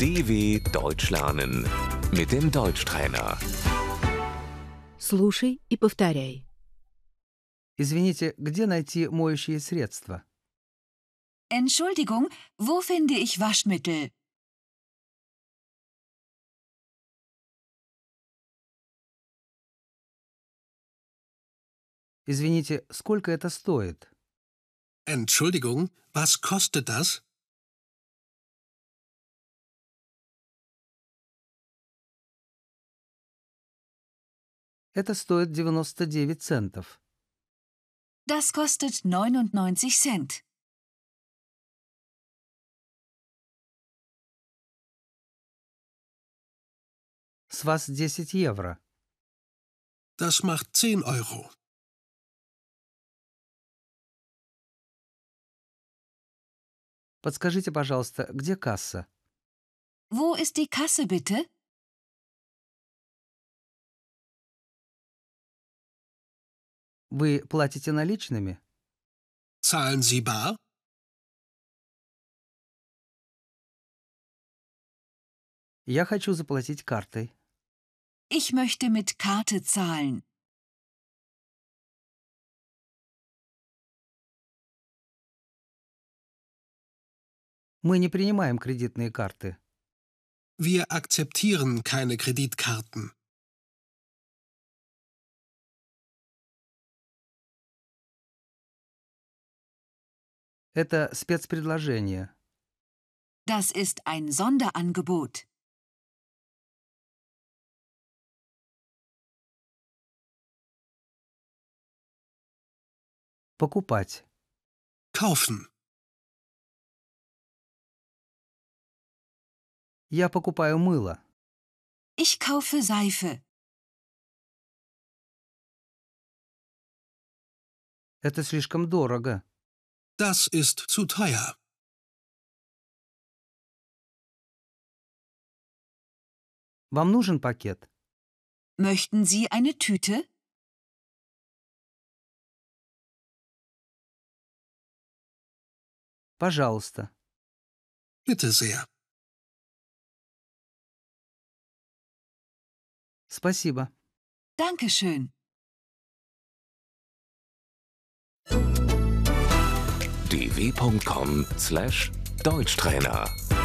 DW Deutsch lernen mit dem Deutschtrainer. Слушай и повторяй. Извините, где найти моющие средства? Entschuldigung, wo finde ich Waschmittel? Извините, сколько это стоит? Entschuldigung, was kostet das? Это стоит 99 центов. Das kostet 99 Cent. С вас 10 евро. Das macht 10 Euro. Подскажите, пожалуйста, где касса? Wo ist die Kasse bitte? Вы платите наличными? Zahlen Sie bar? Я хочу заплатить картой. Ich möchte mit Karte zahlen. Мы не принимаем кредитные карты. Wir akzeptieren keine Kreditkarten. Это спецпредложение. Das ist ein Sonderangebot. Покупать. Kaufen. Я покупаю мыло. Ich kaufe Seife. Это слишком дорого. Das ist zu teuer. Вам нужен пакет? Möchten Sie eine Tüte? Пожалуйста. Bitte sehr. Спасибо. Dankeschön. dw.com/deutschtrainer